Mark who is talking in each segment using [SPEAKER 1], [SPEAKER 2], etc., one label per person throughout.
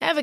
[SPEAKER 1] Ever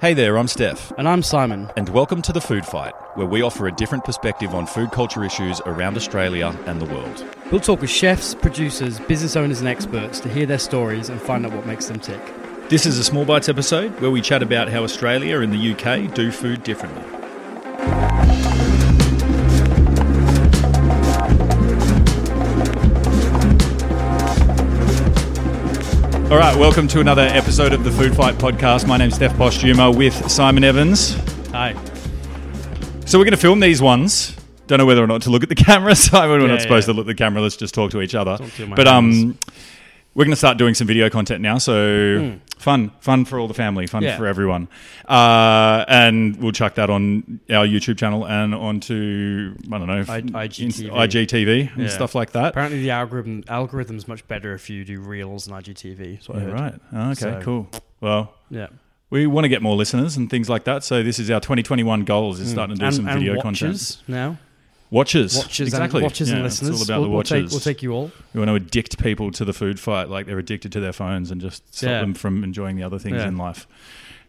[SPEAKER 2] Hey there, I'm Steph,
[SPEAKER 3] And I'm Simon.
[SPEAKER 2] and welcome to The Food Fight, where we offer a different perspective on food culture issues around Australia and the world.
[SPEAKER 3] We'll talk with chefs, producers, business owners, and experts to hear their stories and find out what makes them tick.
[SPEAKER 2] This is a Small Bites episode where we chat about how Australia and the UK do food differently. All right, welcome to another episode of the Food Fight podcast. My name's Steph Postuma with Simon Evans.
[SPEAKER 3] Hi.
[SPEAKER 2] So we're going to film these ones. Don't know whether or not to look at the camera, Simon. We're
[SPEAKER 3] Yeah,
[SPEAKER 2] not supposed
[SPEAKER 3] yeah.
[SPEAKER 2] to look at the camera. Let's just talk to each other.
[SPEAKER 3] Talk to my
[SPEAKER 2] but
[SPEAKER 3] hands.
[SPEAKER 2] um, we're going to start doing some video content now. So fun, fun for all the family, fun
[SPEAKER 3] Hmm. Yeah.
[SPEAKER 2] for everyone. Uh, and we'll chuck that on our YouTube channel and onto I don't know
[SPEAKER 3] I-
[SPEAKER 2] f-
[SPEAKER 3] IGTV.
[SPEAKER 2] IGTV and
[SPEAKER 3] Yeah.
[SPEAKER 2] stuff like that.
[SPEAKER 3] Apparently, the algorithm algorithm's much better if you do reels and IGTV. That's what I
[SPEAKER 2] Yeah,
[SPEAKER 3] heard.
[SPEAKER 2] right. Oh, okay.
[SPEAKER 3] So-
[SPEAKER 2] cool. Well.
[SPEAKER 3] Yeah.
[SPEAKER 2] We want to get more listeners and things like that. So this is our 2021 goals is starting to do
[SPEAKER 3] Hmm. and,
[SPEAKER 2] some
[SPEAKER 3] and
[SPEAKER 2] video content.
[SPEAKER 3] watches now.
[SPEAKER 2] Watches.
[SPEAKER 3] Watches
[SPEAKER 2] Exactly.
[SPEAKER 3] and watches and
[SPEAKER 2] Yeah, it's
[SPEAKER 3] listeners.
[SPEAKER 2] all about
[SPEAKER 3] we'll,
[SPEAKER 2] the
[SPEAKER 3] we'll
[SPEAKER 2] watches.
[SPEAKER 3] take, we'll take you all.
[SPEAKER 2] We want to addict people to the food fight, like they're addicted to their phones, and just stop
[SPEAKER 3] Yeah.
[SPEAKER 2] them from enjoying the other things
[SPEAKER 3] Yeah.
[SPEAKER 2] in life.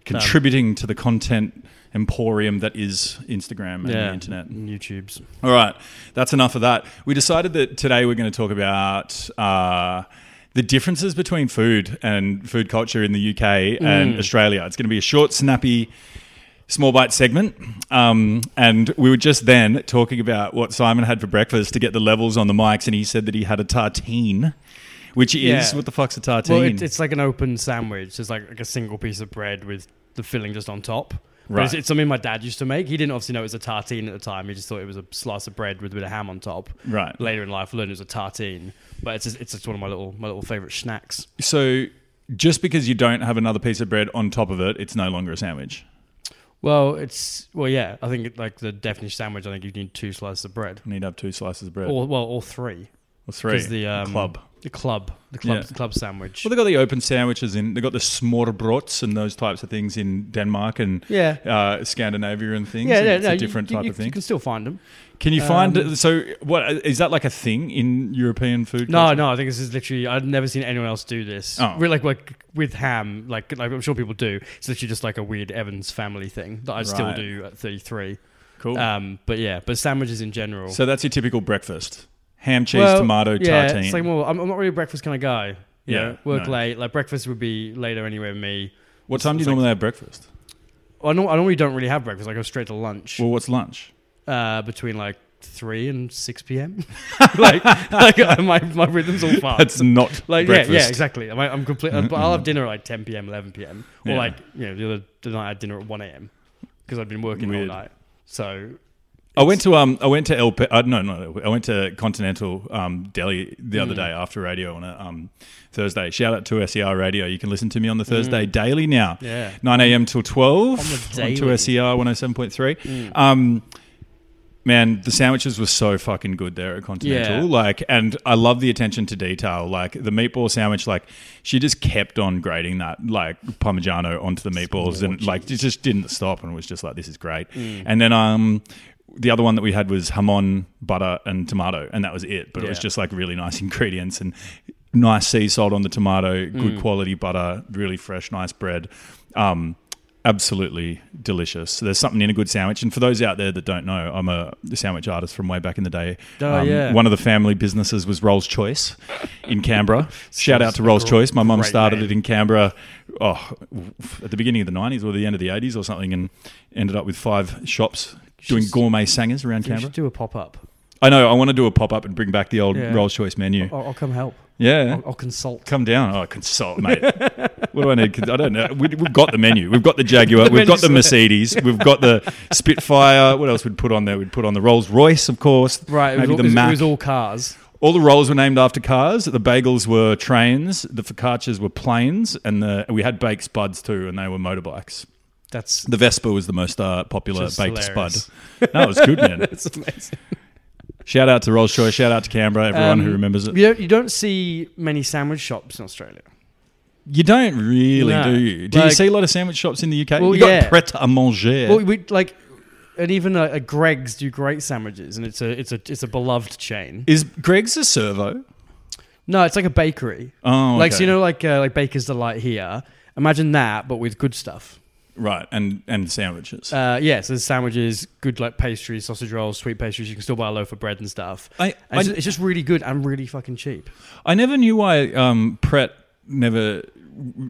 [SPEAKER 2] Contributing to the content emporium that is Instagram and the internet.
[SPEAKER 3] and YouTube's.
[SPEAKER 2] All right, that's enough of that. We decided that today we're going to talk about uh, the differences between food and food culture in the UK
[SPEAKER 3] Mm.
[SPEAKER 2] and Australia. It's going to be a short, snappy, small bite segment. Um, and we were just then talking about what Simon had for breakfast to get the levels on the mics, and he said that he had a tartine, which is
[SPEAKER 3] Yeah.
[SPEAKER 2] what the fuck's a tartine?
[SPEAKER 3] Well, it, it's like an open sandwich. It's like, like a single piece of bread with the filling just on top. But It's,
[SPEAKER 2] Right.
[SPEAKER 3] it's something my dad used to make. He didn't obviously know it was a tartine at the time. He just thought it was a slice of bread with a bit of ham on top.
[SPEAKER 2] Right.
[SPEAKER 3] Later in life, I learned it was a tartine. But it's just, it's just one of my little my little favorite snacks.
[SPEAKER 2] so just because you don't have another piece of bread on top of it, it's no longer a sandwich.
[SPEAKER 3] Well, it's well, yeah. I think it, like the definition sandwich. I think you need two slices of bread,
[SPEAKER 2] You need to have two slices of bread or,
[SPEAKER 3] or well, or three.
[SPEAKER 2] three.
[SPEAKER 3] the um,
[SPEAKER 2] club.
[SPEAKER 3] the club, the club,
[SPEAKER 2] Yeah.
[SPEAKER 3] the club sandwich.
[SPEAKER 2] Well, they got the open sandwiches in. They got the smørrebrøds and those types of things in Denmark and
[SPEAKER 3] Yeah.
[SPEAKER 2] uh, Scandinavia and things.
[SPEAKER 3] yeah,
[SPEAKER 2] And
[SPEAKER 3] yeah,
[SPEAKER 2] it's
[SPEAKER 3] no,
[SPEAKER 2] a
[SPEAKER 3] you-
[SPEAKER 2] different
[SPEAKER 3] you,
[SPEAKER 2] type
[SPEAKER 3] you, um,
[SPEAKER 2] of thing.
[SPEAKER 3] You can still find them.
[SPEAKER 2] Can you find so what is that like a thing in European food?
[SPEAKER 3] No,
[SPEAKER 2] culture?
[SPEAKER 3] no, I think this is literally. I've never seen anyone else do this.
[SPEAKER 2] Oh.
[SPEAKER 3] Really, like, like with ham, like, like I'm sure people do. It's literally just like a weird Evans family thing that I still
[SPEAKER 2] Right.
[SPEAKER 3] do at 33.
[SPEAKER 2] cool.
[SPEAKER 3] Um, but yeah, but sandwiches in general.
[SPEAKER 2] so that's your typical breakfast: ham, cheese,
[SPEAKER 3] Well,
[SPEAKER 2] tomato,
[SPEAKER 3] yeah,
[SPEAKER 2] tartine.
[SPEAKER 3] It's like more. I'm, I'm not really a breakfast kind of guy. You
[SPEAKER 2] Yeah,
[SPEAKER 3] know, work
[SPEAKER 2] no.
[SPEAKER 3] late. Like breakfast would be later anyway. with Me.
[SPEAKER 2] what time do you
[SPEAKER 3] it's like-
[SPEAKER 2] normally have breakfast?
[SPEAKER 3] I, nor- I normally don't really have breakfast. I go straight to lunch
[SPEAKER 2] Well, what's lunch?
[SPEAKER 3] uh, between like three and six p.m. like, like I- my my rhythm's all fucked.
[SPEAKER 2] That's not
[SPEAKER 3] Like
[SPEAKER 2] breakfast. Mm-hmm,
[SPEAKER 3] yeah, yeah, exactly. I'm, I'm complete. But I'll have dinner at like 10 p.m., 11 p.m. Or
[SPEAKER 2] Yeah.
[SPEAKER 3] like you know the other the night I had dinner at 1 a.m. because I'd been working
[SPEAKER 2] Weird.
[SPEAKER 3] all night. So
[SPEAKER 2] I went to um I went to LP uh, no no no, I went to Continental um Delhi the
[SPEAKER 3] Mm.
[SPEAKER 2] other day after radio on a um Thursday. Shout out to SER Radio. You can listen to me on the Thursday daily now.
[SPEAKER 3] Mm. Yeah.
[SPEAKER 2] Nine AM till twelve
[SPEAKER 3] On the
[SPEAKER 2] to
[SPEAKER 3] daily. Mm.
[SPEAKER 2] SER one oh seven point three. Um Man, the sandwiches were so fucking good there at Continental.
[SPEAKER 3] Yeah.
[SPEAKER 2] Like, and I love the attention to detail. Like the meatball sandwich, like she just kept on grating that like Parmigiano onto the meatballs, and like it just didn't stop, and was just like, this is great. And then um, the other one that we had was hamon, butter, and tomato, and that was it. But it was
[SPEAKER 3] Yeah.
[SPEAKER 2] just like really nice ingredients and nice sea salt on the tomato, good quality butter, really fresh, nice bread. Um, absolutely delicious. There's something in a good sandwich. And for those out there that don't know, I'm a sandwich artist from way back in the day.
[SPEAKER 3] Oh, yeah.
[SPEAKER 2] Um, One of the family businesses was Rolls Choice in Canberra. Shout out to Rolls Choice. My mum
[SPEAKER 3] great
[SPEAKER 2] started
[SPEAKER 3] name.
[SPEAKER 2] it in Canberra oh, at the beginning of the 90s or the end of the 80s or something and ended up with five shops doing
[SPEAKER 3] She's-
[SPEAKER 2] gourmet sangers around
[SPEAKER 3] you
[SPEAKER 2] Canberra.
[SPEAKER 3] should do a pop up.
[SPEAKER 2] I know. I want to do a pop up and bring back the old
[SPEAKER 3] Yeah.
[SPEAKER 2] Rolls Choice menu.
[SPEAKER 3] I'll, I'll come help.
[SPEAKER 2] Yeah.
[SPEAKER 3] I'll, I'll consult.
[SPEAKER 2] Come down. Oh, consult, mate. what do I need? Cons- I don't know. We, we've got the menu. We've got the Jaguar.
[SPEAKER 3] The
[SPEAKER 2] we've got
[SPEAKER 3] menu's
[SPEAKER 2] the
[SPEAKER 3] there.
[SPEAKER 2] Mercedes. We've got the Spitfire. What else we'd put on there? We'd put on the Rolls Royce, of course.
[SPEAKER 3] Right, it was,
[SPEAKER 2] Maybe
[SPEAKER 3] all,
[SPEAKER 2] the
[SPEAKER 3] it was-
[SPEAKER 2] Mac.
[SPEAKER 3] it was all cars.
[SPEAKER 2] All the rolls were named after cars. The bagels were trains. The focaccias were planes, and the we had baked spuds too, and they were motorbikes.
[SPEAKER 3] That's
[SPEAKER 2] The Vespa was the most uh, popular
[SPEAKER 3] Just
[SPEAKER 2] baked
[SPEAKER 3] hilarious.
[SPEAKER 2] spud. No, it was good, man.
[SPEAKER 3] that's amazing.
[SPEAKER 2] shout out to Rolls Royce. Shout out to Canberra. Everyone who
[SPEAKER 3] Um,
[SPEAKER 2] remembers it.
[SPEAKER 3] You don't, you don't see many sandwich shops in Australia.
[SPEAKER 2] You don't really,
[SPEAKER 3] No.
[SPEAKER 2] do you? Do you
[SPEAKER 3] Like-
[SPEAKER 2] see a lot of sandwich shops in the UK?
[SPEAKER 3] Well,
[SPEAKER 2] you got
[SPEAKER 3] yeah.
[SPEAKER 2] Pret a Manger.
[SPEAKER 3] Well, we like, and even uh, uh, Greg's do great sandwiches, and it's a it's a it's a beloved chain.
[SPEAKER 2] Is Greg's a servo?
[SPEAKER 3] No, it's like a bakery.
[SPEAKER 2] Oh,
[SPEAKER 3] Like so
[SPEAKER 2] okay.
[SPEAKER 3] you know, like uh, like Baker's Delight here. Imagine that, but with good stuff.
[SPEAKER 2] right, and and sandwiches.
[SPEAKER 3] Uh, yeah, so there's sandwiches, good like pastries, sausage rolls, sweet pastries. You can still buy a loaf of bread and stuff.
[SPEAKER 2] I-
[SPEAKER 3] And it's,
[SPEAKER 2] I-
[SPEAKER 3] ju- it's just really good and really fucking cheap.
[SPEAKER 2] I never knew why um, Pret never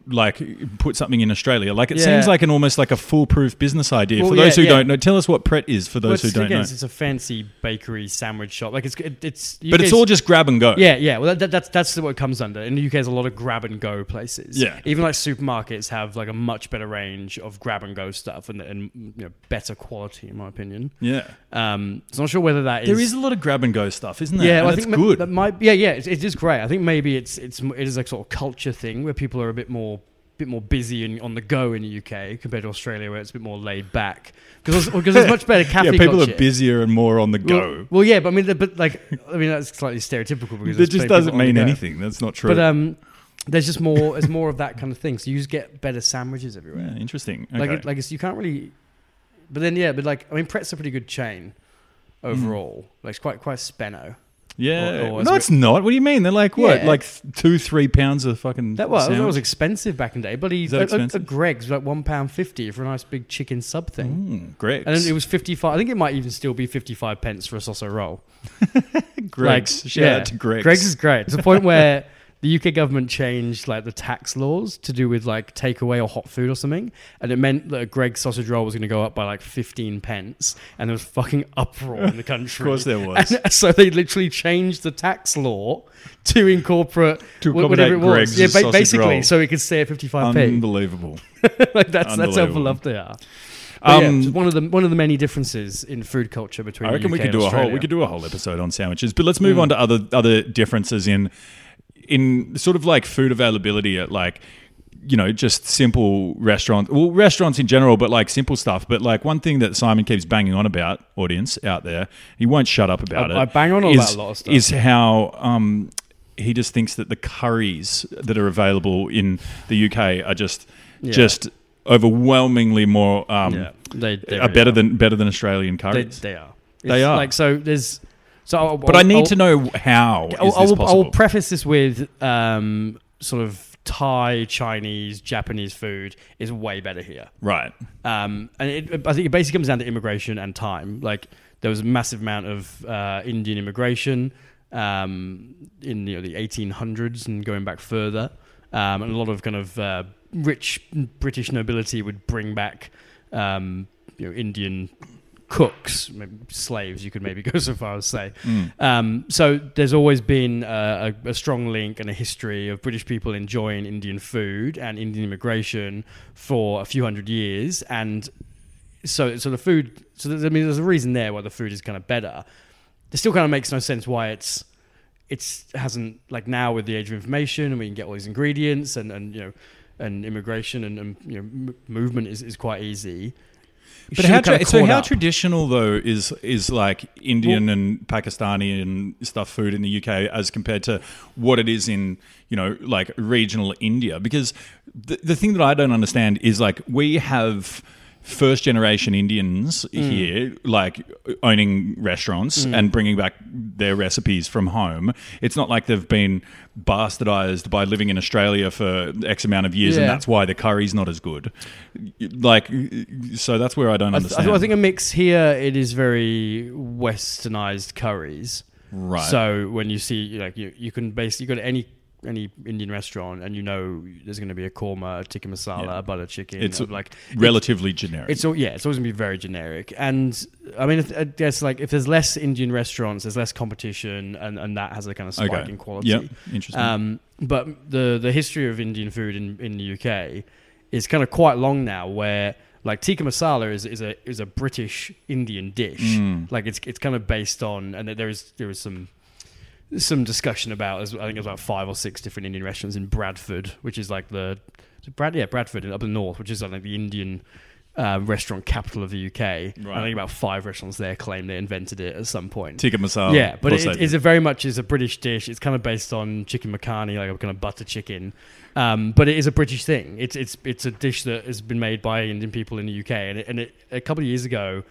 [SPEAKER 2] like put something in Australia. Like it
[SPEAKER 3] Yeah.
[SPEAKER 2] seems like an almost like a foolproof business idea.
[SPEAKER 3] Well,
[SPEAKER 2] for those
[SPEAKER 3] yeah,
[SPEAKER 2] who
[SPEAKER 3] yeah.
[SPEAKER 2] don't know, tell us what Pret is for
[SPEAKER 3] Well,
[SPEAKER 2] those who
[SPEAKER 3] it's-
[SPEAKER 2] don't
[SPEAKER 3] again,
[SPEAKER 2] know.
[SPEAKER 3] it's, it's a fancy bakery sandwich shop. Like it's it, it's.
[SPEAKER 2] but it's all just grab and go.
[SPEAKER 3] Yeah, yeah. Well, that, that, that's that's what it comes under. In the UK, there's a lot of grab and go places.
[SPEAKER 2] Yeah.
[SPEAKER 3] Even like supermarkets have like a much better range of grab and go stuff and, and you know, better quality, in my opinion.
[SPEAKER 2] yeah.
[SPEAKER 3] Um, so I'm not sure whether that is.
[SPEAKER 2] There is a lot of grab and go stuff, isn't there?
[SPEAKER 3] Yeah,
[SPEAKER 2] and
[SPEAKER 3] well, I
[SPEAKER 2] it's
[SPEAKER 3] think ma-
[SPEAKER 2] good.
[SPEAKER 3] That might, yeah, yeah, it, it is great. I think maybe it's it's m- it is a sort of culture thing where people are a bit more bit more busy and on the go in the UK compared to Australia where it's a bit more laid back because because there's much better cafe
[SPEAKER 2] yeah, people
[SPEAKER 3] culture.
[SPEAKER 2] are busier and more on the
[SPEAKER 3] Well,
[SPEAKER 2] go.
[SPEAKER 3] well, yeah, but I mean, the- but like, I mean, that's slightly stereotypical
[SPEAKER 2] That
[SPEAKER 3] because there's
[SPEAKER 2] just
[SPEAKER 3] plenty of
[SPEAKER 2] doesn't
[SPEAKER 3] people on the
[SPEAKER 2] mean
[SPEAKER 3] go.
[SPEAKER 2] anything. That's not true.
[SPEAKER 3] But um, there's just more. There's more of that kind of thing. So you just get better sandwiches everywhere.
[SPEAKER 2] yeah, interesting.
[SPEAKER 3] Like
[SPEAKER 2] Okay.
[SPEAKER 3] it, like it's, you can't really. But then yeah, but like I mean, Pret's a pretty good chain
[SPEAKER 2] Mm.
[SPEAKER 3] overall. Like it's quite quite Spenno.
[SPEAKER 2] yeah.
[SPEAKER 3] or- or
[SPEAKER 2] no,
[SPEAKER 3] as
[SPEAKER 2] it's not. What do you mean? They're like what?
[SPEAKER 3] Yeah.
[SPEAKER 2] Like th- two, three pounds of fucking.
[SPEAKER 3] That was that
[SPEAKER 2] sandwich?
[SPEAKER 3] was expensive back in the day. But he
[SPEAKER 2] Is that
[SPEAKER 3] a, a, a
[SPEAKER 2] expensive?
[SPEAKER 3] Greg's was like one pound fifty for a nice big chicken sub thing.
[SPEAKER 2] Mm, Greg's.
[SPEAKER 3] And then it was fifty five. I think it might even still be fifty five pence for a sausage roll.
[SPEAKER 2] Greg's.
[SPEAKER 3] Like,
[SPEAKER 2] Shout
[SPEAKER 3] yeah.
[SPEAKER 2] out to Greg's.
[SPEAKER 3] Greg's is great. To the point where the UK government changed like the tax laws to do with like takeaway or hot food or something, and it meant that a Greg's sausage roll was going to go up by like fifteen pence, and there was fucking uproar in the country.
[SPEAKER 2] Of course there was.
[SPEAKER 3] And so they literally changed the tax law to incorporate
[SPEAKER 2] To
[SPEAKER 3] wh- whatever it
[SPEAKER 2] accommodate
[SPEAKER 3] was.
[SPEAKER 2] Greg's
[SPEAKER 3] Yeah,
[SPEAKER 2] sausage
[SPEAKER 3] basically,
[SPEAKER 2] roll.
[SPEAKER 3] so it could stay at fifty-five p.
[SPEAKER 2] Unbelievable.
[SPEAKER 3] like that's that's how
[SPEAKER 2] Unbelievable.
[SPEAKER 3] beloved they are. But yeah,
[SPEAKER 2] Um,
[SPEAKER 3] just one of the one of the many differences in food culture between.
[SPEAKER 2] I reckon
[SPEAKER 3] the
[SPEAKER 2] we
[SPEAKER 3] UK
[SPEAKER 2] could
[SPEAKER 3] and
[SPEAKER 2] do a whole we
[SPEAKER 3] Australia. Mm.
[SPEAKER 2] could do a whole episode on sandwiches, but let's move on to other other differences in in sort of like food availability at like you know just simple restaurants well restaurants in general but like simple stuff but like one thing that simon keeps banging on about audience out there he won't shut up about
[SPEAKER 3] I-
[SPEAKER 2] it
[SPEAKER 3] I bang on
[SPEAKER 2] is,
[SPEAKER 3] about a lot of stuff.
[SPEAKER 2] is how um he just thinks that the curries that are available in the uk are just
[SPEAKER 3] Yeah.
[SPEAKER 2] just overwhelmingly more um
[SPEAKER 3] Yeah, they, they
[SPEAKER 2] are
[SPEAKER 3] really
[SPEAKER 2] better than better than australian
[SPEAKER 3] They,
[SPEAKER 2] curries
[SPEAKER 3] they are.
[SPEAKER 2] They
[SPEAKER 3] It's
[SPEAKER 2] are.
[SPEAKER 3] Like so, there's. So, I'll,
[SPEAKER 2] But
[SPEAKER 3] I'll,
[SPEAKER 2] i need
[SPEAKER 3] I'll-
[SPEAKER 2] to know how is
[SPEAKER 3] I'll,
[SPEAKER 2] this
[SPEAKER 3] I'll, I'll
[SPEAKER 2] possible.
[SPEAKER 3] preface this with um, sort of Thai, Chinese, Japanese food is way better here.
[SPEAKER 2] right.
[SPEAKER 3] Um, and it, I think it basically comes down to immigration and time. Like there was a massive amount of uh, Indian immigration um, in you know, the 1800s and going back further, um, and a lot of kind of uh, rich British nobility would bring back um, you know Indian cooks, maybe slaves. You could maybe go so far as say.
[SPEAKER 2] Hmm.
[SPEAKER 3] Um, so there's always been uh, a, a strong link and a history of British people enjoying Indian food and Indian immigration for a few hundred years, and so so the food. So there's, I mean, there's a reason there why the food is kind of better. It still kind of makes no sense why it's it's hasn't like now with the age of information and we can get all these ingredients and and you know and immigration and, and you know m- movement is, is quite easy. It
[SPEAKER 2] But
[SPEAKER 3] should
[SPEAKER 2] how,
[SPEAKER 3] have kind
[SPEAKER 2] tra-
[SPEAKER 3] of
[SPEAKER 2] so
[SPEAKER 3] caught
[SPEAKER 2] how
[SPEAKER 3] up.
[SPEAKER 2] traditional though is is like Indian and Pakistani and stuff food in the UK as compared to what it is in you know like regional India because the, the thing that I don't understand is like we have first generation Indians
[SPEAKER 3] Hmm.
[SPEAKER 2] here like owning restaurants and bringing back their recipes from home it's not like they've been bastardized by living in Australia for x amount of years and
[SPEAKER 3] Yeah.
[SPEAKER 2] that's why the curry's not as good like so that's where I don't
[SPEAKER 3] I, th- I
[SPEAKER 2] understand.
[SPEAKER 3] th- I think a mix here. It is very westernized curries.
[SPEAKER 2] Right.
[SPEAKER 3] So when you see you know, like you, you can basically go to any any Indian restaurant and you know there's going to be a korma, a tikka masala,
[SPEAKER 2] Yeah.
[SPEAKER 3] a butter chicken.
[SPEAKER 2] It's
[SPEAKER 3] uh, like
[SPEAKER 2] relatively generic.
[SPEAKER 3] It's all yeah. It's always gonna be very generic, and I mean, if, I guess like if there's less Indian restaurants, there's less competition, and, and that has a kind of spike
[SPEAKER 2] Okay.
[SPEAKER 3] in quality.
[SPEAKER 2] Yep. Interesting.
[SPEAKER 3] Um, but the the history of Indian food in, in the UK is kind of quite long now, where like tikka masala is, is a is a British Indian dish.
[SPEAKER 2] Mm.
[SPEAKER 3] Like it's it's kind of based on, and there is there is some some discussion about as I think there's about five or six different Indian restaurants in Bradford, which is like the is it Brad yeah Bradford up in the north, which is like the Indian uh, restaurant capital of the UK. I think about five restaurants there claim they invented it at some point.
[SPEAKER 2] tikka masala.
[SPEAKER 3] yeah, but
[SPEAKER 2] was
[SPEAKER 3] it,
[SPEAKER 2] that?
[SPEAKER 3] it's a very much is a British dish. It's kind of based on chicken makhani, like a kind of butter chicken. Um, but it is a British thing. It's it's it's a dish that has been made by Indian people in the UK, and it, and it, a couple of years ago.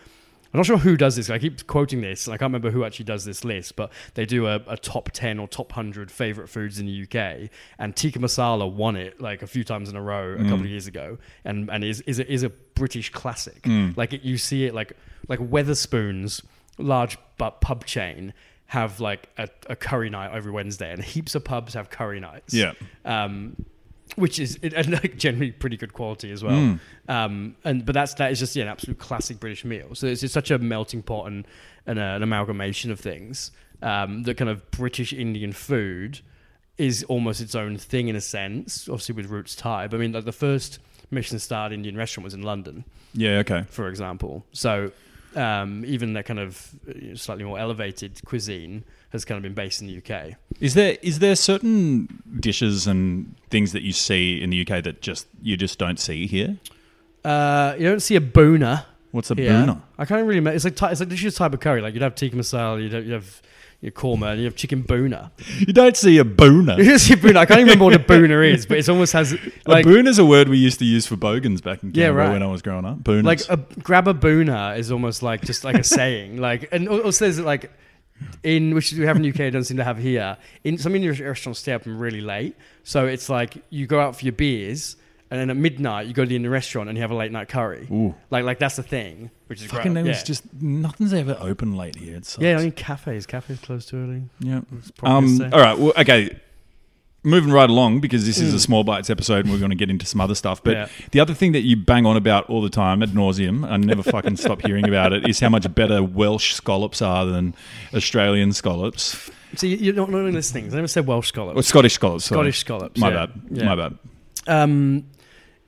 [SPEAKER 3] I'm not sure who does this. I keep quoting this, and I can't remember who actually does this list, but they do a, a top 10 or top 100 favorite foods in the UK. And tikka masala won it like a few times in a row a couple of years ago, and and is is a, is a British classic. Like it, you see it like like Weatherspoons, large but pub chain have like a, a curry night every Wednesday, and heaps of pubs have curry nights.
[SPEAKER 2] Yeah.
[SPEAKER 3] Um, which is it- and like generally pretty good quality as well. Um, and but that's that is just yeah, an absolute classic British meal. So it's just such a melting pot and, and a, an amalgamation of things. Um, the kind of British Indian food is almost its own thing in a sense, obviously with roots tied. But I mean, like the first Michelin starred Indian restaurant was in London
[SPEAKER 2] yeah. Okay.
[SPEAKER 3] for example. So um, even that kind of uh, slightly more elevated cuisine has kind of been based in the UK.
[SPEAKER 2] Is there is there certain dishes and things that you see in the UK that just you just don't see here?
[SPEAKER 3] Uh, you don't see a boona.
[SPEAKER 2] What's a
[SPEAKER 3] here.
[SPEAKER 2] boona?
[SPEAKER 3] I can't really. ma- It's like ty- it's like this is a type of curry. Like you'd have tikka masala, you'd have, you'd have your korma, and you have chicken boona.
[SPEAKER 2] You don't see a
[SPEAKER 3] You
[SPEAKER 2] boona.
[SPEAKER 3] don't see boona. I can't even remember what a boona is, but it almost has like
[SPEAKER 2] a boona is a word we used to use for bogans back in
[SPEAKER 3] Yeah,
[SPEAKER 2] Canberra
[SPEAKER 3] right.
[SPEAKER 2] when I was growing up. Boonas.
[SPEAKER 3] like a grab a boona is almost like just like a saying like and al- also there's like in which we have in UK don't seem to have here in some Indian restaurants stay open really late so it's like you go out for your beers and then at midnight you go to the Indian restaurant and you have a late night curry
[SPEAKER 2] Ooh.
[SPEAKER 3] like like that's the thing which is
[SPEAKER 2] Fucking
[SPEAKER 3] gross.
[SPEAKER 2] there
[SPEAKER 3] yeah.
[SPEAKER 2] was just nothing's ever open late here. It sucks.
[SPEAKER 3] yeah I mean cafes cafes close too early
[SPEAKER 2] Yeah.
[SPEAKER 3] probably
[SPEAKER 2] Um,
[SPEAKER 3] safe.
[SPEAKER 2] all right. Well, okay. Moving right along because this is a small bites episode and we're going to get into some other stuff. But
[SPEAKER 3] Mm. Yeah.
[SPEAKER 2] the other thing that you bang on about all the time ad nauseum, I never fucking stop hearing about it, is how much better Welsh scallops are than Australian scallops
[SPEAKER 3] so you- you're not not only listening I never said Welsh scallop
[SPEAKER 2] or Scottish scallops. sorry.
[SPEAKER 3] Scottish scallops
[SPEAKER 2] My
[SPEAKER 3] yeah.
[SPEAKER 2] bad.
[SPEAKER 3] Yeah.
[SPEAKER 2] My bad.
[SPEAKER 3] um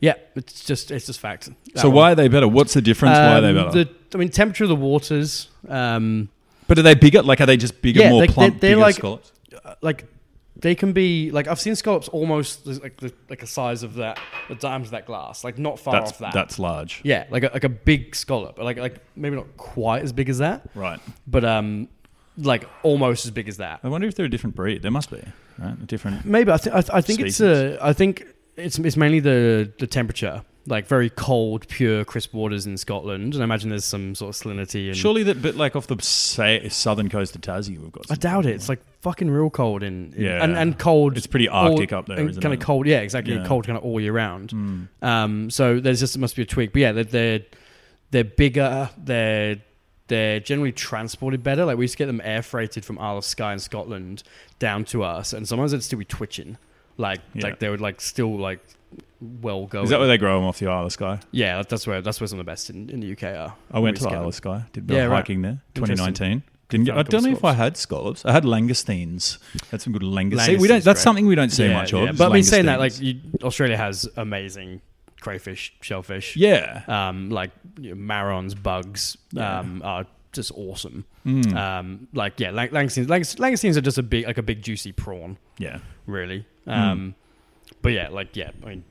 [SPEAKER 3] yeah it's just it's just fact That
[SPEAKER 2] so
[SPEAKER 3] one.
[SPEAKER 2] why are they better? What's the difference? why are they
[SPEAKER 3] Um,
[SPEAKER 2] better?
[SPEAKER 3] the- I mean temperature of the waters um
[SPEAKER 2] but are they bigger? Like are they just bigger,
[SPEAKER 3] Yeah,
[SPEAKER 2] more
[SPEAKER 3] they- they-
[SPEAKER 2] plump,
[SPEAKER 3] they're
[SPEAKER 2] bigger
[SPEAKER 3] like-
[SPEAKER 2] scallops?
[SPEAKER 3] uh, like they can be like I've seen scallops almost like the, like the size of that the diameter of that glass, like not far
[SPEAKER 2] That's
[SPEAKER 3] off that.
[SPEAKER 2] that's large.
[SPEAKER 3] yeah, like a, like a big scallop, like like maybe not quite as big as that,
[SPEAKER 2] Right.
[SPEAKER 3] but um, like almost as big as that.
[SPEAKER 2] I wonder if they're a different breed. There must be, right? A different
[SPEAKER 3] Maybe I, th- I, th- I think it's
[SPEAKER 2] Species.
[SPEAKER 3] uh, I think it's it's mainly the the temperature, like very cold, pure, crisp waters in Scotland, and I imagine there's some sort of salinity and.
[SPEAKER 2] Surely that, but like off the sa southern coast of Tassie, we've got.
[SPEAKER 3] I doubt it. It's like fucking real cold in, in-
[SPEAKER 2] Yeah.
[SPEAKER 3] and, and cold.
[SPEAKER 2] It's pretty Arctic up there, isn't
[SPEAKER 3] kind
[SPEAKER 2] it?
[SPEAKER 3] of cold. Yeah, exactly.
[SPEAKER 2] Yeah. Hmm.
[SPEAKER 3] Cold kind of all year round. Um, so there's just must be a tweak. But yeah, they're they're, they're bigger. They're they're generally transported better. Like we used to get them air freighted from Isle of Skye in Scotland down to us, and sometimes it'd still be twitching. Like
[SPEAKER 2] Yeah.
[SPEAKER 3] like they would like still like well go.
[SPEAKER 2] Is that where they grow them off the Isle of Skye?
[SPEAKER 3] yeah, that- that's where that's where some of the best in, in the UK are.
[SPEAKER 2] I went to
[SPEAKER 3] We
[SPEAKER 2] the
[SPEAKER 3] scan
[SPEAKER 2] Isle
[SPEAKER 3] them.
[SPEAKER 2] of Skye. Did a bit
[SPEAKER 3] Yeah,
[SPEAKER 2] of
[SPEAKER 3] right.
[SPEAKER 2] hiking there.
[SPEAKER 3] Interesting.
[SPEAKER 2] 2019. Didn't get, I
[SPEAKER 3] Found a couple
[SPEAKER 2] don't know if I
[SPEAKER 3] scallops.
[SPEAKER 2] had scallops. I had langoustines. Had some good langoustines. See, we don't.
[SPEAKER 3] Langoustines,
[SPEAKER 2] That's
[SPEAKER 3] great.
[SPEAKER 2] something we don't see much of. is
[SPEAKER 3] But I mean, saying that, like
[SPEAKER 2] langoustines.
[SPEAKER 3] you, Australia has amazing crayfish, shellfish,
[SPEAKER 2] yeah,
[SPEAKER 3] um, like you know, marrons, bugs um, are just awesome.
[SPEAKER 2] Hmm.
[SPEAKER 3] Um, like yeah, lang- langoustines, langoustines, langoustines are just a big, like a big juicy prawn,
[SPEAKER 2] yeah.
[SPEAKER 3] really.
[SPEAKER 2] Hmm.
[SPEAKER 3] Um, But yeah, like yeah, I mean,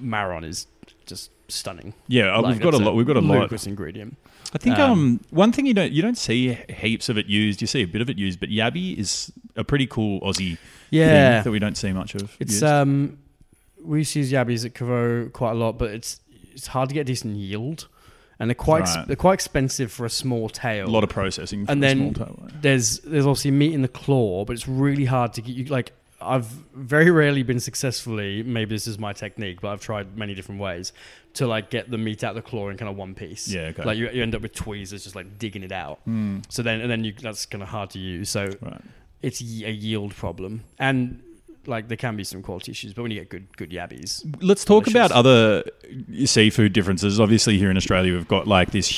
[SPEAKER 3] marron is just stunning.
[SPEAKER 2] Yeah, uh,
[SPEAKER 3] Like,
[SPEAKER 2] we've got a
[SPEAKER 3] that's
[SPEAKER 2] lot. We've got a lot.
[SPEAKER 3] Ludicrous ingredient.
[SPEAKER 2] I think um,
[SPEAKER 3] Um,
[SPEAKER 2] one thing you don't you don't see heaps of it used. You see a bit of it used, but yabby is a pretty cool Aussie
[SPEAKER 3] Yeah.
[SPEAKER 2] thing that we don't see much of.
[SPEAKER 3] It's
[SPEAKER 2] used.
[SPEAKER 3] um, we used to use yabbies at Cavo quite a lot, but it's it's hard to get decent yield, and they're quite ex-
[SPEAKER 2] Right.
[SPEAKER 3] they're quite expensive for a small tail.
[SPEAKER 2] a lot of processing. For
[SPEAKER 3] and
[SPEAKER 2] a
[SPEAKER 3] then
[SPEAKER 2] small town.
[SPEAKER 3] there's there's obviously meat in the claw, but it's really hard to get you like. I've very rarely been successfully. Maybe this is my technique, but I've tried many different ways to like get the meat out of the claw in kind of one piece.
[SPEAKER 2] Yeah, okay. Hmm.
[SPEAKER 3] Like you, you end up with tweezers just like digging it out. So then and then you that's kind of hard to use. So
[SPEAKER 2] right.
[SPEAKER 3] it's y- a yield problem and Like there can be some quality issues, but when you get good good yabbies,
[SPEAKER 2] Let's talk
[SPEAKER 3] Delicious.
[SPEAKER 2] about other seafood differences. Obviously, here in Australia, we've got like this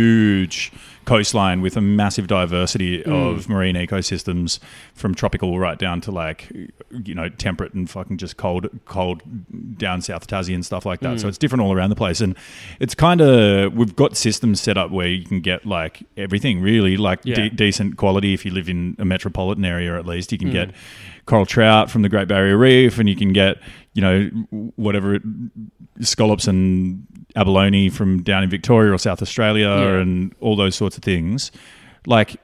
[SPEAKER 2] huge coastline with a massive diversity of marine ecosystems, from tropical right down to like you know temperate and fucking just cold, cold down South Tassie and stuff like that. So it's different all around the place, and it's kind of we've got systems set up where you can get like everything really, like
[SPEAKER 3] Yeah.
[SPEAKER 2] de- decent quality if you live in a metropolitan area at least you can get coral trout from the great barrier reef and you can get you know whatever it- scallops and abalone from down in victoria or south australia
[SPEAKER 3] Yeah.
[SPEAKER 2] and all those sorts of things like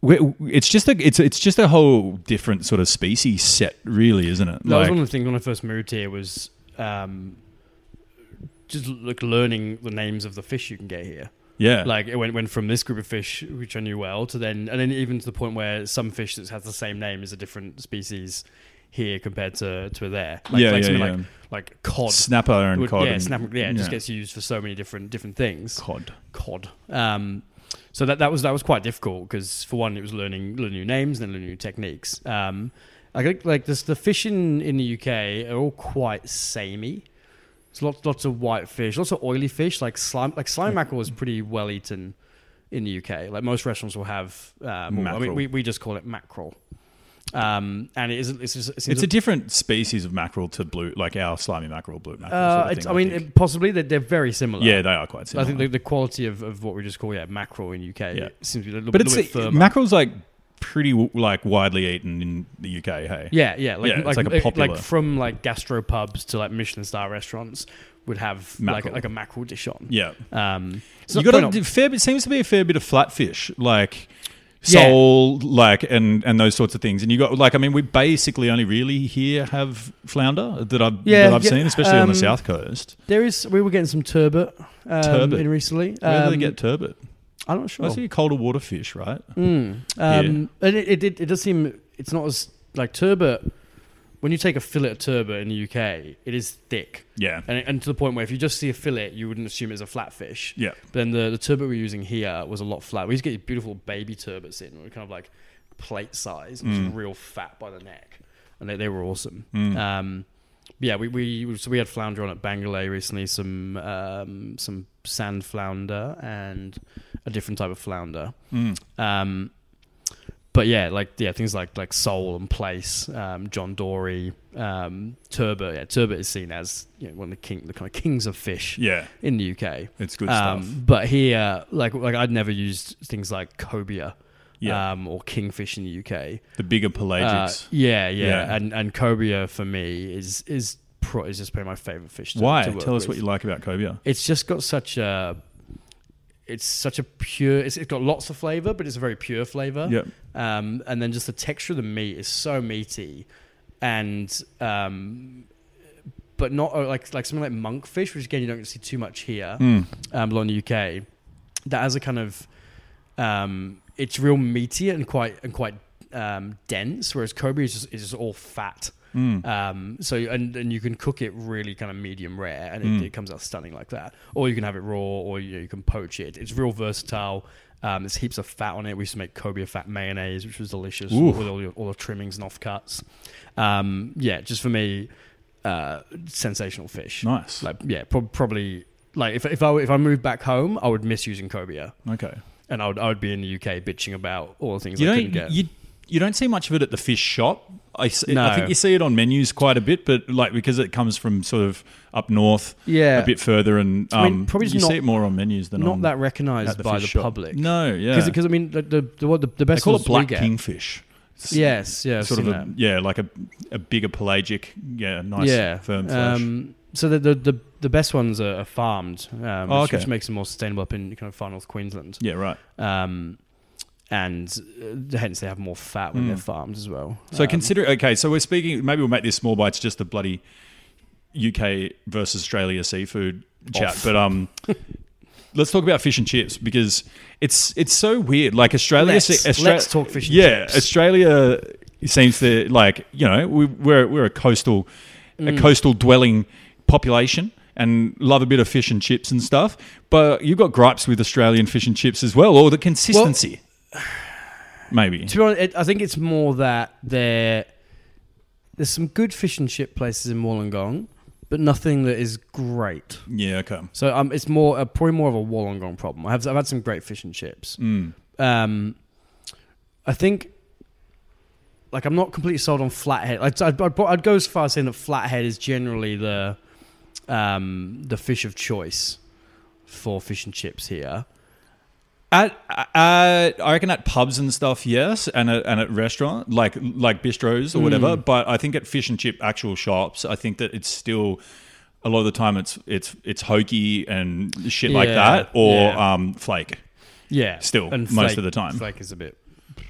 [SPEAKER 2] we- it's just a it's it's just a whole different sort of species set, really, isn't it?
[SPEAKER 3] that was
[SPEAKER 2] Like,
[SPEAKER 3] one of the things when I first moved here was um, just like learning the names of the fish you can get here.
[SPEAKER 2] yeah,
[SPEAKER 3] Like it went went from this group of fish which I knew well to then and then even to the point where some fish that has the same name is a different species here compared to to there. Like,
[SPEAKER 2] Yeah,
[SPEAKER 3] like
[SPEAKER 2] yeah,
[SPEAKER 3] something
[SPEAKER 2] yeah.
[SPEAKER 3] like like cod.
[SPEAKER 2] snapper and
[SPEAKER 3] would-
[SPEAKER 2] cod,
[SPEAKER 3] yeah,
[SPEAKER 2] and-
[SPEAKER 3] snapper, yeah, it just gets used for so many different different things.
[SPEAKER 2] cod.
[SPEAKER 3] cod. Um, so that, that was that was quite difficult because for one, it was learning learning new names and learning new techniques. Um, I think like this, the fish in, in the UK are all quite samey. There's lots lots of white fish, lots of oily fish like slime. Like slime mackerel is pretty well eaten in the UK. Like most restaurants will have. Uh, more- I mean,
[SPEAKER 2] Mackerel.
[SPEAKER 3] we, we just call it mackerel. Um, and it isn't. It's, just, it seems
[SPEAKER 2] It's a different species of mackerel to blue, like our slimy mackerel, blue mackerel.
[SPEAKER 3] uh,
[SPEAKER 2] sort of
[SPEAKER 3] it's,
[SPEAKER 2] thing,
[SPEAKER 3] I mean,
[SPEAKER 2] think.
[SPEAKER 3] it, possibly they're, they're very similar.
[SPEAKER 2] yeah, they are quite similar.
[SPEAKER 3] I think the, the quality of, of what we just call yeah mackerel in UK
[SPEAKER 2] Yeah.
[SPEAKER 3] seems to be a little,
[SPEAKER 2] But
[SPEAKER 3] little bit
[SPEAKER 2] it's
[SPEAKER 3] firmer.
[SPEAKER 2] mackerel's like pretty w- like widely eaten in the UK. Hey,
[SPEAKER 3] yeah, yeah, like
[SPEAKER 2] Yeah, it's
[SPEAKER 3] like,
[SPEAKER 2] like a
[SPEAKER 3] like,
[SPEAKER 2] popular-
[SPEAKER 3] from like gastro pubs to like Michelin star restaurants would have
[SPEAKER 2] Mackerel.
[SPEAKER 3] like like a mackerel dish on.
[SPEAKER 2] yeah.
[SPEAKER 3] Um, so
[SPEAKER 2] You
[SPEAKER 3] not-
[SPEAKER 2] got
[SPEAKER 3] probably
[SPEAKER 2] a
[SPEAKER 3] not-
[SPEAKER 2] fair bit. Seems to be a fair bit of flatfish, like
[SPEAKER 3] Yeah.
[SPEAKER 2] sole, like and and those sorts of things. And you got like, I mean, we basically only really here have flounder that I've
[SPEAKER 3] Yeah,
[SPEAKER 2] that I've
[SPEAKER 3] yeah,
[SPEAKER 2] seen, especially on the
[SPEAKER 3] um,
[SPEAKER 2] south coast.
[SPEAKER 3] there is we were getting some turbot, um,
[SPEAKER 2] Turbot?
[SPEAKER 3] in recently.
[SPEAKER 2] Where do they
[SPEAKER 3] Um,
[SPEAKER 2] get turbot?
[SPEAKER 3] I'm not sure.
[SPEAKER 2] I see a colder water fish, right?
[SPEAKER 3] Mm. Um, And it, it, it, it does seem it's not as like turbot. When you take a fillet of turbot in the UK, it is thick.
[SPEAKER 2] Yeah,
[SPEAKER 3] And, and to the point where if you just see a fillet, you wouldn't assume it's a flatfish.
[SPEAKER 2] yeah.
[SPEAKER 3] Then the, the turbot we're using here was a lot flat. We used to get these beautiful baby turbots in, were kind of like plate size, and
[SPEAKER 2] Mm.
[SPEAKER 3] just real fat by the neck, and they, they were awesome. Um, yeah, we, we so we had flounder on at Bangalore recently, some um, some sand flounder and a different type of flounder. Um, but yeah, like yeah, things like like Soul and Place, um, John Dory, um, Turbot. Yeah, Turbot is seen as you know, one of the king, the kind of kings of fish
[SPEAKER 2] Yeah,
[SPEAKER 3] in the UK.
[SPEAKER 2] it's good
[SPEAKER 3] Um,
[SPEAKER 2] stuff.
[SPEAKER 3] But here, like like I'd never used things like cobia,
[SPEAKER 2] Yeah.
[SPEAKER 3] um, or kingfish in the UK.
[SPEAKER 2] The bigger
[SPEAKER 3] Uh,
[SPEAKER 2] pelagics.
[SPEAKER 3] yeah, yeah,
[SPEAKER 2] Yeah.
[SPEAKER 3] and and cobia for me is is pro- is just probably my favorite fish. To,
[SPEAKER 2] Why?
[SPEAKER 3] to work
[SPEAKER 2] Tell us
[SPEAKER 3] with.
[SPEAKER 2] what you like about cobia.
[SPEAKER 3] It's just got such a. It's such a pure. It's, it's got lots of flavor, but it's a very pure flavor.
[SPEAKER 2] Yep.
[SPEAKER 3] Um, and then just the texture of the meat is so meaty, and um, but not uh, like like something like monkfish, which again you don't see too much here, um, along the UK. That has a kind of um, it's real meaty and quite and quite um, dense, whereas Kobe is just, is just all fat. Um, so and and you can cook it really kind of medium rare, and it, it comes out stunning like that. Or you can have it raw, or you, know, you can poach it. It's real versatile. Um, there's heaps of fat on it. We used to make Kobe fat mayonnaise, which was delicious
[SPEAKER 2] Ooh.
[SPEAKER 3] with all, your, all the trimmings and offcuts. Um, yeah, just for me, uh, sensational fish.
[SPEAKER 2] Nice.
[SPEAKER 3] Like yeah, prob probably like if if I if I moved back home, I would miss using cobia
[SPEAKER 2] Okay.
[SPEAKER 3] and I would, I would be in the UK bitching about all the things
[SPEAKER 2] You
[SPEAKER 3] I
[SPEAKER 2] don't
[SPEAKER 3] couldn't get.
[SPEAKER 2] you you don't see much of it at the fish shop. I, s-
[SPEAKER 3] No.
[SPEAKER 2] I think you see it on menus quite a bit, but like because it comes from sort of up north,
[SPEAKER 3] Yeah.
[SPEAKER 2] a bit further, and um,
[SPEAKER 3] I mean, probably
[SPEAKER 2] you
[SPEAKER 3] just
[SPEAKER 2] see
[SPEAKER 3] not-
[SPEAKER 2] it more on menus than
[SPEAKER 3] not
[SPEAKER 2] on
[SPEAKER 3] that
[SPEAKER 2] at
[SPEAKER 3] recognised
[SPEAKER 2] the
[SPEAKER 3] by
[SPEAKER 2] fish
[SPEAKER 3] the
[SPEAKER 2] shop.
[SPEAKER 3] public.
[SPEAKER 2] No, yeah,
[SPEAKER 3] because I mean the the the, what the,
[SPEAKER 2] they
[SPEAKER 3] the best
[SPEAKER 2] call
[SPEAKER 3] ones
[SPEAKER 2] it black
[SPEAKER 3] we get-
[SPEAKER 2] kingfish. It's
[SPEAKER 3] Yes, yeah, I've
[SPEAKER 2] sort of
[SPEAKER 3] seen
[SPEAKER 2] a,
[SPEAKER 3] that.
[SPEAKER 2] yeah, like a a bigger pelagic, yeah, nice
[SPEAKER 3] yeah
[SPEAKER 2] firm flesh.
[SPEAKER 3] Um, so the, the the the best ones are, are farmed, um,
[SPEAKER 2] Oh,
[SPEAKER 3] which,
[SPEAKER 2] okay.
[SPEAKER 3] which makes them more sustainable up in kind of far north Queensland.
[SPEAKER 2] yeah, right.
[SPEAKER 3] Um, and uh, hence they have more fat when
[SPEAKER 2] Hmm.
[SPEAKER 3] they're farmed as well.
[SPEAKER 2] So
[SPEAKER 3] Um,
[SPEAKER 2] consider okay. So we're speaking. Maybe we'll make this small bites just the bloody UK versus Australia seafood chat.
[SPEAKER 3] Off.
[SPEAKER 2] But um, let's talk about fish and chips because it's it's so weird. Like Australia,
[SPEAKER 3] Let's-
[SPEAKER 2] se- Austra-
[SPEAKER 3] let's talk fish and
[SPEAKER 2] yeah,
[SPEAKER 3] chips.
[SPEAKER 2] Australia seems to like you know we, we're we're a coastal
[SPEAKER 3] Mm.
[SPEAKER 2] a coastal dwelling population. And love a bit of fish and chips and stuff, but you've got gripes with Australian fish and chips as well, or the consistency, maybe.
[SPEAKER 3] to be honest, it, I think it's more that they're There's some good fish and chip places in Wollongong, but nothing that is great.
[SPEAKER 2] Yeah, okay.
[SPEAKER 3] So um, it's more uh, probably more of a Wollongong problem. I have I've had some great fish and chips.
[SPEAKER 2] Mm.
[SPEAKER 3] Um, I think like I'm not completely sold on flathead. I'd, I'd, I'd, I'd go as far as saying that flathead is generally the um, the fish of choice for fish and chips here.
[SPEAKER 2] At, uh, I reckon at pubs and stuff, yes, and at, and at restaurant like like bistros or
[SPEAKER 3] Mm.
[SPEAKER 2] whatever. But I think at fish and chip actual shops, I think that it's still a lot of the time it's it's it's hokey and shit like
[SPEAKER 3] Yeah,
[SPEAKER 2] that, or
[SPEAKER 3] yeah.
[SPEAKER 2] um, flake.
[SPEAKER 3] Yeah,
[SPEAKER 2] Still, most of the time.
[SPEAKER 3] flake is a bit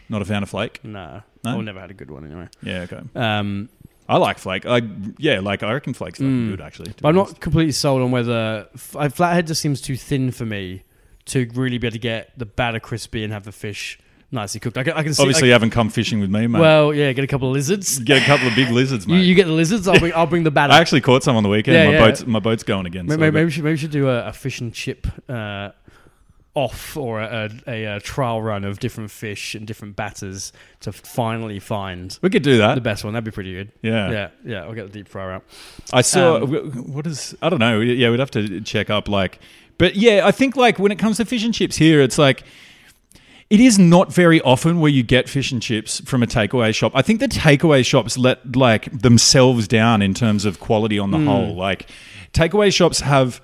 [SPEAKER 2] Not a fan of flake.
[SPEAKER 3] nah.
[SPEAKER 2] No?
[SPEAKER 3] I've never had a good one anyway.
[SPEAKER 2] Yeah, okay.
[SPEAKER 3] Um,
[SPEAKER 2] I like flake. I yeah, like I reckon flake's fucking good actually. to
[SPEAKER 3] Mm. But
[SPEAKER 2] be
[SPEAKER 3] I'm
[SPEAKER 2] honest.
[SPEAKER 3] not completely sold on whether f- uh, flathead just seems too thin for me to really be able to get the batter crispy and have the fish nicely cooked. I can, I can see.
[SPEAKER 2] Obviously,
[SPEAKER 3] I
[SPEAKER 2] you haven't come fishing with me, mate.
[SPEAKER 3] can- well, yeah, get a couple of lizards.
[SPEAKER 2] Get a couple of big lizards,
[SPEAKER 3] You,
[SPEAKER 2] mate.
[SPEAKER 3] you get the lizards. I'll bring, I'll bring the batter.
[SPEAKER 2] I actually caught some on the weekend.
[SPEAKER 3] Yeah,
[SPEAKER 2] my
[SPEAKER 3] yeah.
[SPEAKER 2] boat's my boat's going again.
[SPEAKER 3] maybe,
[SPEAKER 2] so
[SPEAKER 3] maybe,
[SPEAKER 2] I
[SPEAKER 3] we should, maybe we should do a, a fish and chip uh, off or a, a, a, uh trial run of different fish and different batters to finally find
[SPEAKER 2] got- we could do
[SPEAKER 3] the
[SPEAKER 2] that.
[SPEAKER 3] best one. That'd be pretty good.
[SPEAKER 2] Yeah.
[SPEAKER 3] yeah, yeah. I'll get the deep fryer out.
[SPEAKER 2] I
[SPEAKER 3] Um,
[SPEAKER 2] saw. what is? I don't know. Yeah, we'd have to check up. Like, but yeah, I think like when it comes to fish and chips here, it's like it is not very often where you get fish and chips from a takeaway shop. I think the takeaway shops let like themselves down in terms of quality on the
[SPEAKER 3] Hmm.
[SPEAKER 2] whole. Like, takeaway shops have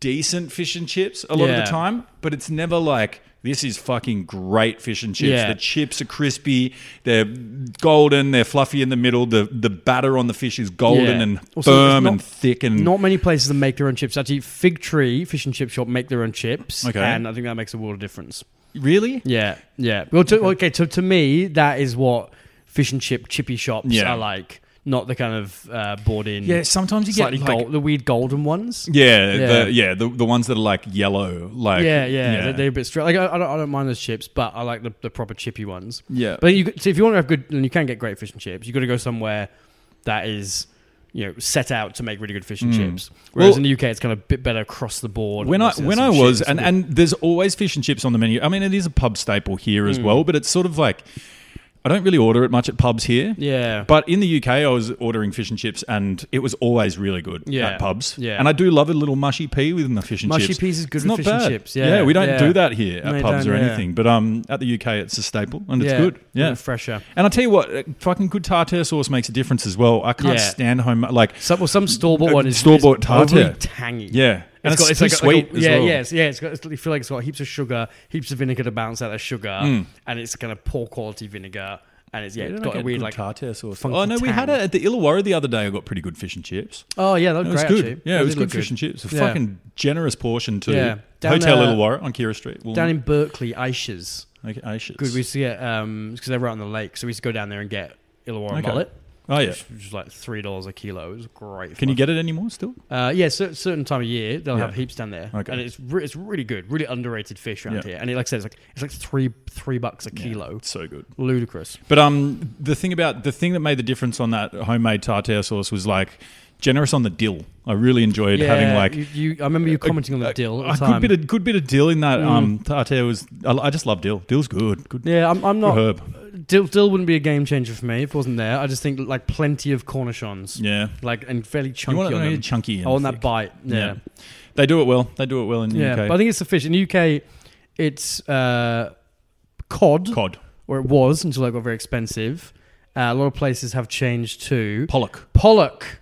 [SPEAKER 2] decent fish and chips a lot of
[SPEAKER 3] Yeah.
[SPEAKER 2] the time, but it's never like. This is fucking great fish and chips.
[SPEAKER 3] Yeah.
[SPEAKER 2] The chips are crispy. They're golden. They're fluffy in the middle. The the batter on the fish is golden golden
[SPEAKER 3] Yeah.
[SPEAKER 2] and
[SPEAKER 3] Also,
[SPEAKER 2] firm
[SPEAKER 3] it's not-
[SPEAKER 2] and thick and
[SPEAKER 3] Not many places that make their own chips. Actually, Fig Tree Fish and Chip Shop make their own chips,
[SPEAKER 2] Okay.
[SPEAKER 3] and I think that makes a world of difference.
[SPEAKER 2] really
[SPEAKER 3] Yeah, yeah. Well, to, okay. So to me, that is what fish and chip chippy shops
[SPEAKER 2] Yeah.
[SPEAKER 3] are like, not the kind of uh, board in.
[SPEAKER 2] yeah sometimes you
[SPEAKER 3] slightly
[SPEAKER 2] get like,
[SPEAKER 3] gold, the weird golden ones.
[SPEAKER 2] yeah
[SPEAKER 3] Yeah.
[SPEAKER 2] the, yeah the, the ones that are like yellow like
[SPEAKER 3] yeah, yeah, They're, they're a bit straight. Like I, I, don't, I don't mind those chips, but I like the, the proper chippy ones.
[SPEAKER 2] Yeah.
[SPEAKER 3] But you, so if you want to have good, then you can get great fish and chips. You got to go somewhere that is, you know, set out to make really good fish and chips. Whereas
[SPEAKER 2] Mm. Well-
[SPEAKER 3] in the UK, it's kind of a bit better across the board.
[SPEAKER 2] when I
[SPEAKER 3] Obviously, there's
[SPEAKER 2] when I
[SPEAKER 3] some
[SPEAKER 2] was
[SPEAKER 3] shit-
[SPEAKER 2] and,
[SPEAKER 3] some
[SPEAKER 2] and there's always fish and chips on the menu. I mean, it is a pub staple here
[SPEAKER 3] Mm.
[SPEAKER 2] as well, but it's sort of like I don't really order it much at pubs here.
[SPEAKER 3] Yeah.
[SPEAKER 2] But in the UK, I was ordering fish and chips, and it was always really good
[SPEAKER 3] Yeah.
[SPEAKER 2] at pubs.
[SPEAKER 3] Yeah.
[SPEAKER 2] And I do love a little mushy pea within the fish and
[SPEAKER 3] Mushy
[SPEAKER 2] chips.
[SPEAKER 3] peas is good
[SPEAKER 2] It's
[SPEAKER 3] with
[SPEAKER 2] not
[SPEAKER 3] fish and
[SPEAKER 2] bad.
[SPEAKER 3] chips, yeah,
[SPEAKER 2] we don't
[SPEAKER 3] yeah.
[SPEAKER 2] do that here at
[SPEAKER 3] No, you
[SPEAKER 2] pubs
[SPEAKER 3] don't,
[SPEAKER 2] or
[SPEAKER 3] yeah.
[SPEAKER 2] anything. But um, at the UK, it's a staple, and it's
[SPEAKER 3] Yeah,
[SPEAKER 2] good.
[SPEAKER 3] yeah,
[SPEAKER 2] Yeah,
[SPEAKER 3] fresher.
[SPEAKER 2] And I tell you what, uh, fucking good tartare sauce makes a difference as well. I can't
[SPEAKER 3] Yeah.
[SPEAKER 2] stand home like
[SPEAKER 3] Some, well, some store bought
[SPEAKER 2] Uh,
[SPEAKER 3] one is
[SPEAKER 2] store-bought
[SPEAKER 3] is overly
[SPEAKER 2] tartare.
[SPEAKER 3] tangy.
[SPEAKER 2] Yeah. And it's
[SPEAKER 3] got, it's
[SPEAKER 2] too
[SPEAKER 3] like a- like a-
[SPEAKER 2] sweet as
[SPEAKER 3] yeah,
[SPEAKER 2] well.
[SPEAKER 3] yes, yeah. It's got. It's, you feel like it's got heaps of sugar, heaps of vinegar to balance out that sugar,
[SPEAKER 2] Hmm.
[SPEAKER 3] and it's kind of poor quality vinegar, and it's yeah, it's got a weird like.
[SPEAKER 2] tartare sauce.
[SPEAKER 3] funky
[SPEAKER 2] oh no, we had
[SPEAKER 3] tang.
[SPEAKER 2] it at the Illawarra the other day. I got pretty good fish and chips.
[SPEAKER 3] Oh yeah, that
[SPEAKER 2] It
[SPEAKER 3] looked
[SPEAKER 2] was
[SPEAKER 3] great.
[SPEAKER 2] good.
[SPEAKER 3] actually.
[SPEAKER 2] Yeah,
[SPEAKER 3] That
[SPEAKER 2] it was
[SPEAKER 3] did
[SPEAKER 2] good
[SPEAKER 3] look
[SPEAKER 2] fish and chips. A
[SPEAKER 3] Yeah.
[SPEAKER 2] fucking generous portion too.
[SPEAKER 3] Yeah. Down,
[SPEAKER 2] Hotel
[SPEAKER 3] uh,
[SPEAKER 2] Illawarra on Kira Street. Wollongong.
[SPEAKER 3] Down in Berkeley, Aisha's.
[SPEAKER 2] okay, I should-
[SPEAKER 3] Good. We used to get um because they're right on the lake, so we used to go down there and get Illawarra
[SPEAKER 2] Okay.
[SPEAKER 3] mullet.
[SPEAKER 2] Oh yeah.
[SPEAKER 3] Which was like three dollars a kilo. It was great.
[SPEAKER 2] Can you
[SPEAKER 3] fun.
[SPEAKER 2] get it anymore still?
[SPEAKER 3] Uh, yeah, cer certain time of year they'll have
[SPEAKER 2] Yeah.
[SPEAKER 3] heaps down there,
[SPEAKER 2] Okay.
[SPEAKER 3] and it's re- it's really good, really underrated fish around
[SPEAKER 2] Yeah.
[SPEAKER 3] here. And it, like I said, it's like it's like three three bucks a kilo.
[SPEAKER 2] It's so good.
[SPEAKER 3] Ludicrous.
[SPEAKER 2] But um, the thing about the thing that made the difference on that homemade tartare sauce was like generous on the dill. I really enjoyed having like
[SPEAKER 3] you, you- I remember you commenting on the dill. At
[SPEAKER 2] a
[SPEAKER 3] the time. Mm.
[SPEAKER 2] good bit of good bit of dill in that um tartare was. I, I just love dill. Dill's good. Good.
[SPEAKER 3] yeah, I'm, I'm
[SPEAKER 2] Good
[SPEAKER 3] not.
[SPEAKER 2] herb.
[SPEAKER 3] Dill, dill wouldn't be a game changer for me if it wasn't there. I just think like plenty of cornichons,
[SPEAKER 2] Yeah.
[SPEAKER 3] like and fairly
[SPEAKER 2] You
[SPEAKER 3] chunky
[SPEAKER 2] want it
[SPEAKER 3] on
[SPEAKER 2] really
[SPEAKER 3] them.
[SPEAKER 2] chunky.
[SPEAKER 3] I
[SPEAKER 2] And
[SPEAKER 3] want
[SPEAKER 2] thick.
[SPEAKER 3] that bite. Yeah,
[SPEAKER 2] They do it well. They do it well in the
[SPEAKER 3] yeah.
[SPEAKER 2] UK.
[SPEAKER 3] But I think it's the fish in the UK. It's uh, cod,
[SPEAKER 2] cod,
[SPEAKER 3] or it was until it got very expensive. Uh, a lot of places have changed to
[SPEAKER 2] pollock.
[SPEAKER 3] Pollock.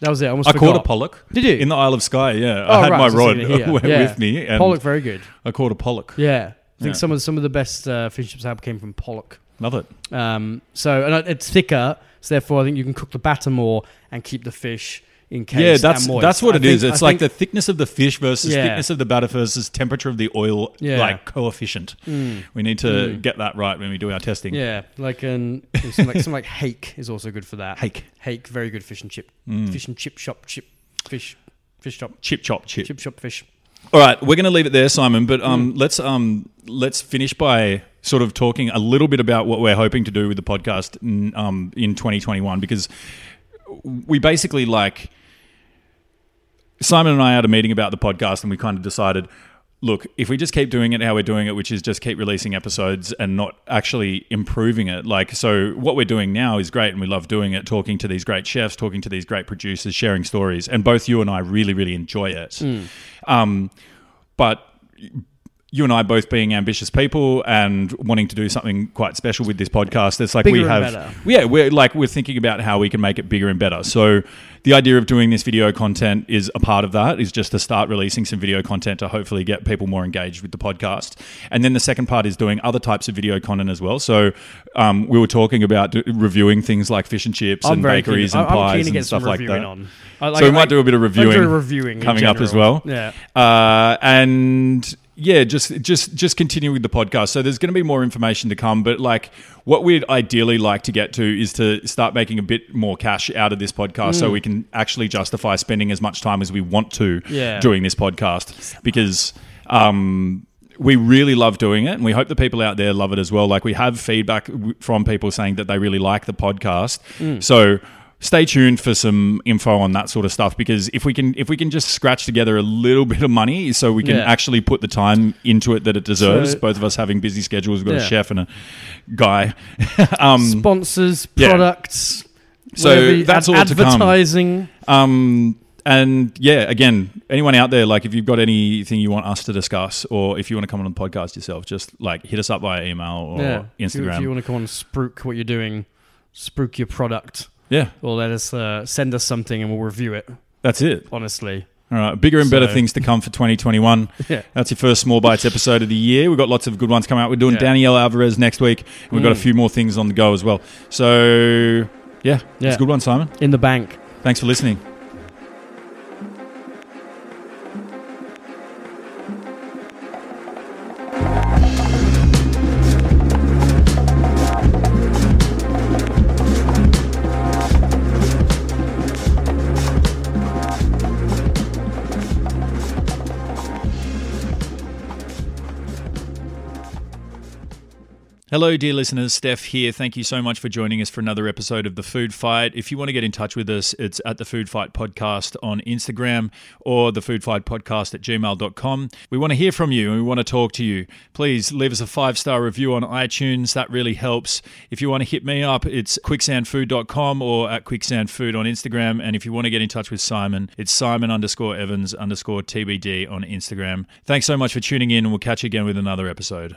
[SPEAKER 3] That was it. I almost
[SPEAKER 2] I
[SPEAKER 3] forgot.
[SPEAKER 2] caught a pollock.
[SPEAKER 3] Did you?
[SPEAKER 2] In the Isle of Skye, yeah.
[SPEAKER 3] Oh,
[SPEAKER 2] I had
[SPEAKER 3] right,
[SPEAKER 2] my
[SPEAKER 3] so
[SPEAKER 2] rod
[SPEAKER 3] it's in here.
[SPEAKER 2] with
[SPEAKER 3] Yeah.
[SPEAKER 2] me and
[SPEAKER 3] Pollock, very good.
[SPEAKER 2] I caught a pollock.
[SPEAKER 3] Yeah. I
[SPEAKER 2] Yeah.
[SPEAKER 3] think some of some of the best uh, fish chips I had came from Pollock.
[SPEAKER 2] Love it.
[SPEAKER 3] Um, so and uh, it's thicker, so therefore I think you can cook the batter more and keep the fish in case.
[SPEAKER 2] yeah, that's
[SPEAKER 3] and moist.
[SPEAKER 2] that's what
[SPEAKER 3] I
[SPEAKER 2] it
[SPEAKER 3] think-
[SPEAKER 2] is. It's
[SPEAKER 3] I
[SPEAKER 2] like
[SPEAKER 3] think-
[SPEAKER 2] the thickness of the fish versus
[SPEAKER 3] Yeah.
[SPEAKER 2] thickness of the batter versus temperature of the oil
[SPEAKER 3] Yeah. Mm.
[SPEAKER 2] like coefficient. We need to get that right when we do our testing.
[SPEAKER 3] yeah, like an some like, some like hake is also good for that.
[SPEAKER 2] Hake. Mm.
[SPEAKER 3] hake, very good fish and chip, fish and chip shop, chip fish, fish shop,
[SPEAKER 2] Chip chop chip.
[SPEAKER 3] chip shop fish.
[SPEAKER 2] All right, we're going to leave it there, Simon. But um, let's um, let's finish by sort of talking a little bit about what we're hoping to do with the podcast in, um, in 2021 because we basically like Simon and I had a meeting about the podcast and we kind of decided look, if we just keep doing it how we're doing it, which is just keep releasing episodes and not actually improving it, like, so what we're doing now is great and we love doing it, talking to these great chefs, talking to these great producers, sharing stories. And both you and I really, really enjoy it. Um, but you and I both being ambitious people and wanting to do something quite special with this podcast, it's like
[SPEAKER 3] Bigger
[SPEAKER 2] we
[SPEAKER 3] and
[SPEAKER 2] have,
[SPEAKER 3] better.
[SPEAKER 2] yeah, we're like we're thinking about how we can make it bigger and better. So the idea of doing this video content is a part of that. Is just to start releasing some video content to hopefully get people more engaged with the podcast. And then the second part is doing other types of video content as well. So um, we were talking about do, reviewing things like fish and chips and
[SPEAKER 3] very keen-
[SPEAKER 2] bakeries and
[SPEAKER 3] I'm- I'm keen
[SPEAKER 2] pies
[SPEAKER 3] to
[SPEAKER 2] and
[SPEAKER 3] get some
[SPEAKER 2] stuff like
[SPEAKER 3] reviewing
[SPEAKER 2] that.
[SPEAKER 3] on. I like-
[SPEAKER 2] so we
[SPEAKER 3] I-
[SPEAKER 2] might do a bit of
[SPEAKER 3] I'll do
[SPEAKER 2] reviewing,
[SPEAKER 3] reviewing in
[SPEAKER 2] coming up as
[SPEAKER 3] general.
[SPEAKER 2] well.
[SPEAKER 3] Yeah.
[SPEAKER 2] Uh, and yeah, just just just continue with the podcast. So there's going to be more information to come, but like what we'd ideally like to get to is to start making a bit more cash out of this podcast,
[SPEAKER 3] Mm.
[SPEAKER 2] so we can actually justify spending as much time as we want to
[SPEAKER 3] Yeah.
[SPEAKER 2] doing this podcast because. Um, we really love doing it, and we hope the people out there love it as well. Like we have feedback w- from people saying that they really like the podcast,
[SPEAKER 3] Mm.
[SPEAKER 2] so stay tuned for some info on that sort of stuff. Because if we can, if we can just scratch together a little bit of money, so we can
[SPEAKER 3] Yeah.
[SPEAKER 2] actually put the time into it that it deserves.
[SPEAKER 3] So-
[SPEAKER 2] Both of us having busy schedules, we've got
[SPEAKER 3] Yeah.
[SPEAKER 2] a chef and a guy. um,
[SPEAKER 3] Sponsors,
[SPEAKER 2] yeah.
[SPEAKER 3] products.
[SPEAKER 2] So
[SPEAKER 3] whatever you-
[SPEAKER 2] that's
[SPEAKER 3] ad-
[SPEAKER 2] all to come.
[SPEAKER 3] advertising.
[SPEAKER 2] Um, and yeah, again, anyone out there, like if you've got anything you want us to discuss, or if you want to come on the podcast yourself, just like hit us up via email or
[SPEAKER 3] yeah. If you,
[SPEAKER 2] Instagram.
[SPEAKER 3] if you want to come on and spruik what you're doing, spruik your product,
[SPEAKER 2] yeah,
[SPEAKER 3] or let us uh, send us something and we'll review it.
[SPEAKER 2] that's it.
[SPEAKER 3] Honestly,
[SPEAKER 2] All right, bigger and better
[SPEAKER 3] So-
[SPEAKER 2] things to come for 2021.
[SPEAKER 3] Yeah.
[SPEAKER 2] That's your first small bites episode of the year. We've got lots of good ones coming out. We're doing
[SPEAKER 3] Yeah. Mm.
[SPEAKER 2] Danielle Alvarez next week. And we've got a few more things on the go as well. So yeah, it's
[SPEAKER 3] Yeah.
[SPEAKER 2] a good one, Simon.
[SPEAKER 3] in the bank.
[SPEAKER 2] Thanks for listening. Hello, dear listeners. Steph here. Thank you so much for joining us for another episode of The Food Fight. If you want to get in touch with us, it's at The Food Fight Podcast on Instagram or The Food Fight Podcast at gmail.com. We want to hear from you and we want to talk to you. Please leave us a five star review on iTunes. That really helps. If you want to hit me up, it's quicksandfood.com or at quicksandfood on Instagram. And if you want to get in touch with Simon, it's Simon underscore Evans underscore TBD on Instagram. Thanks so much for tuning in and we'll catch you again with another episode.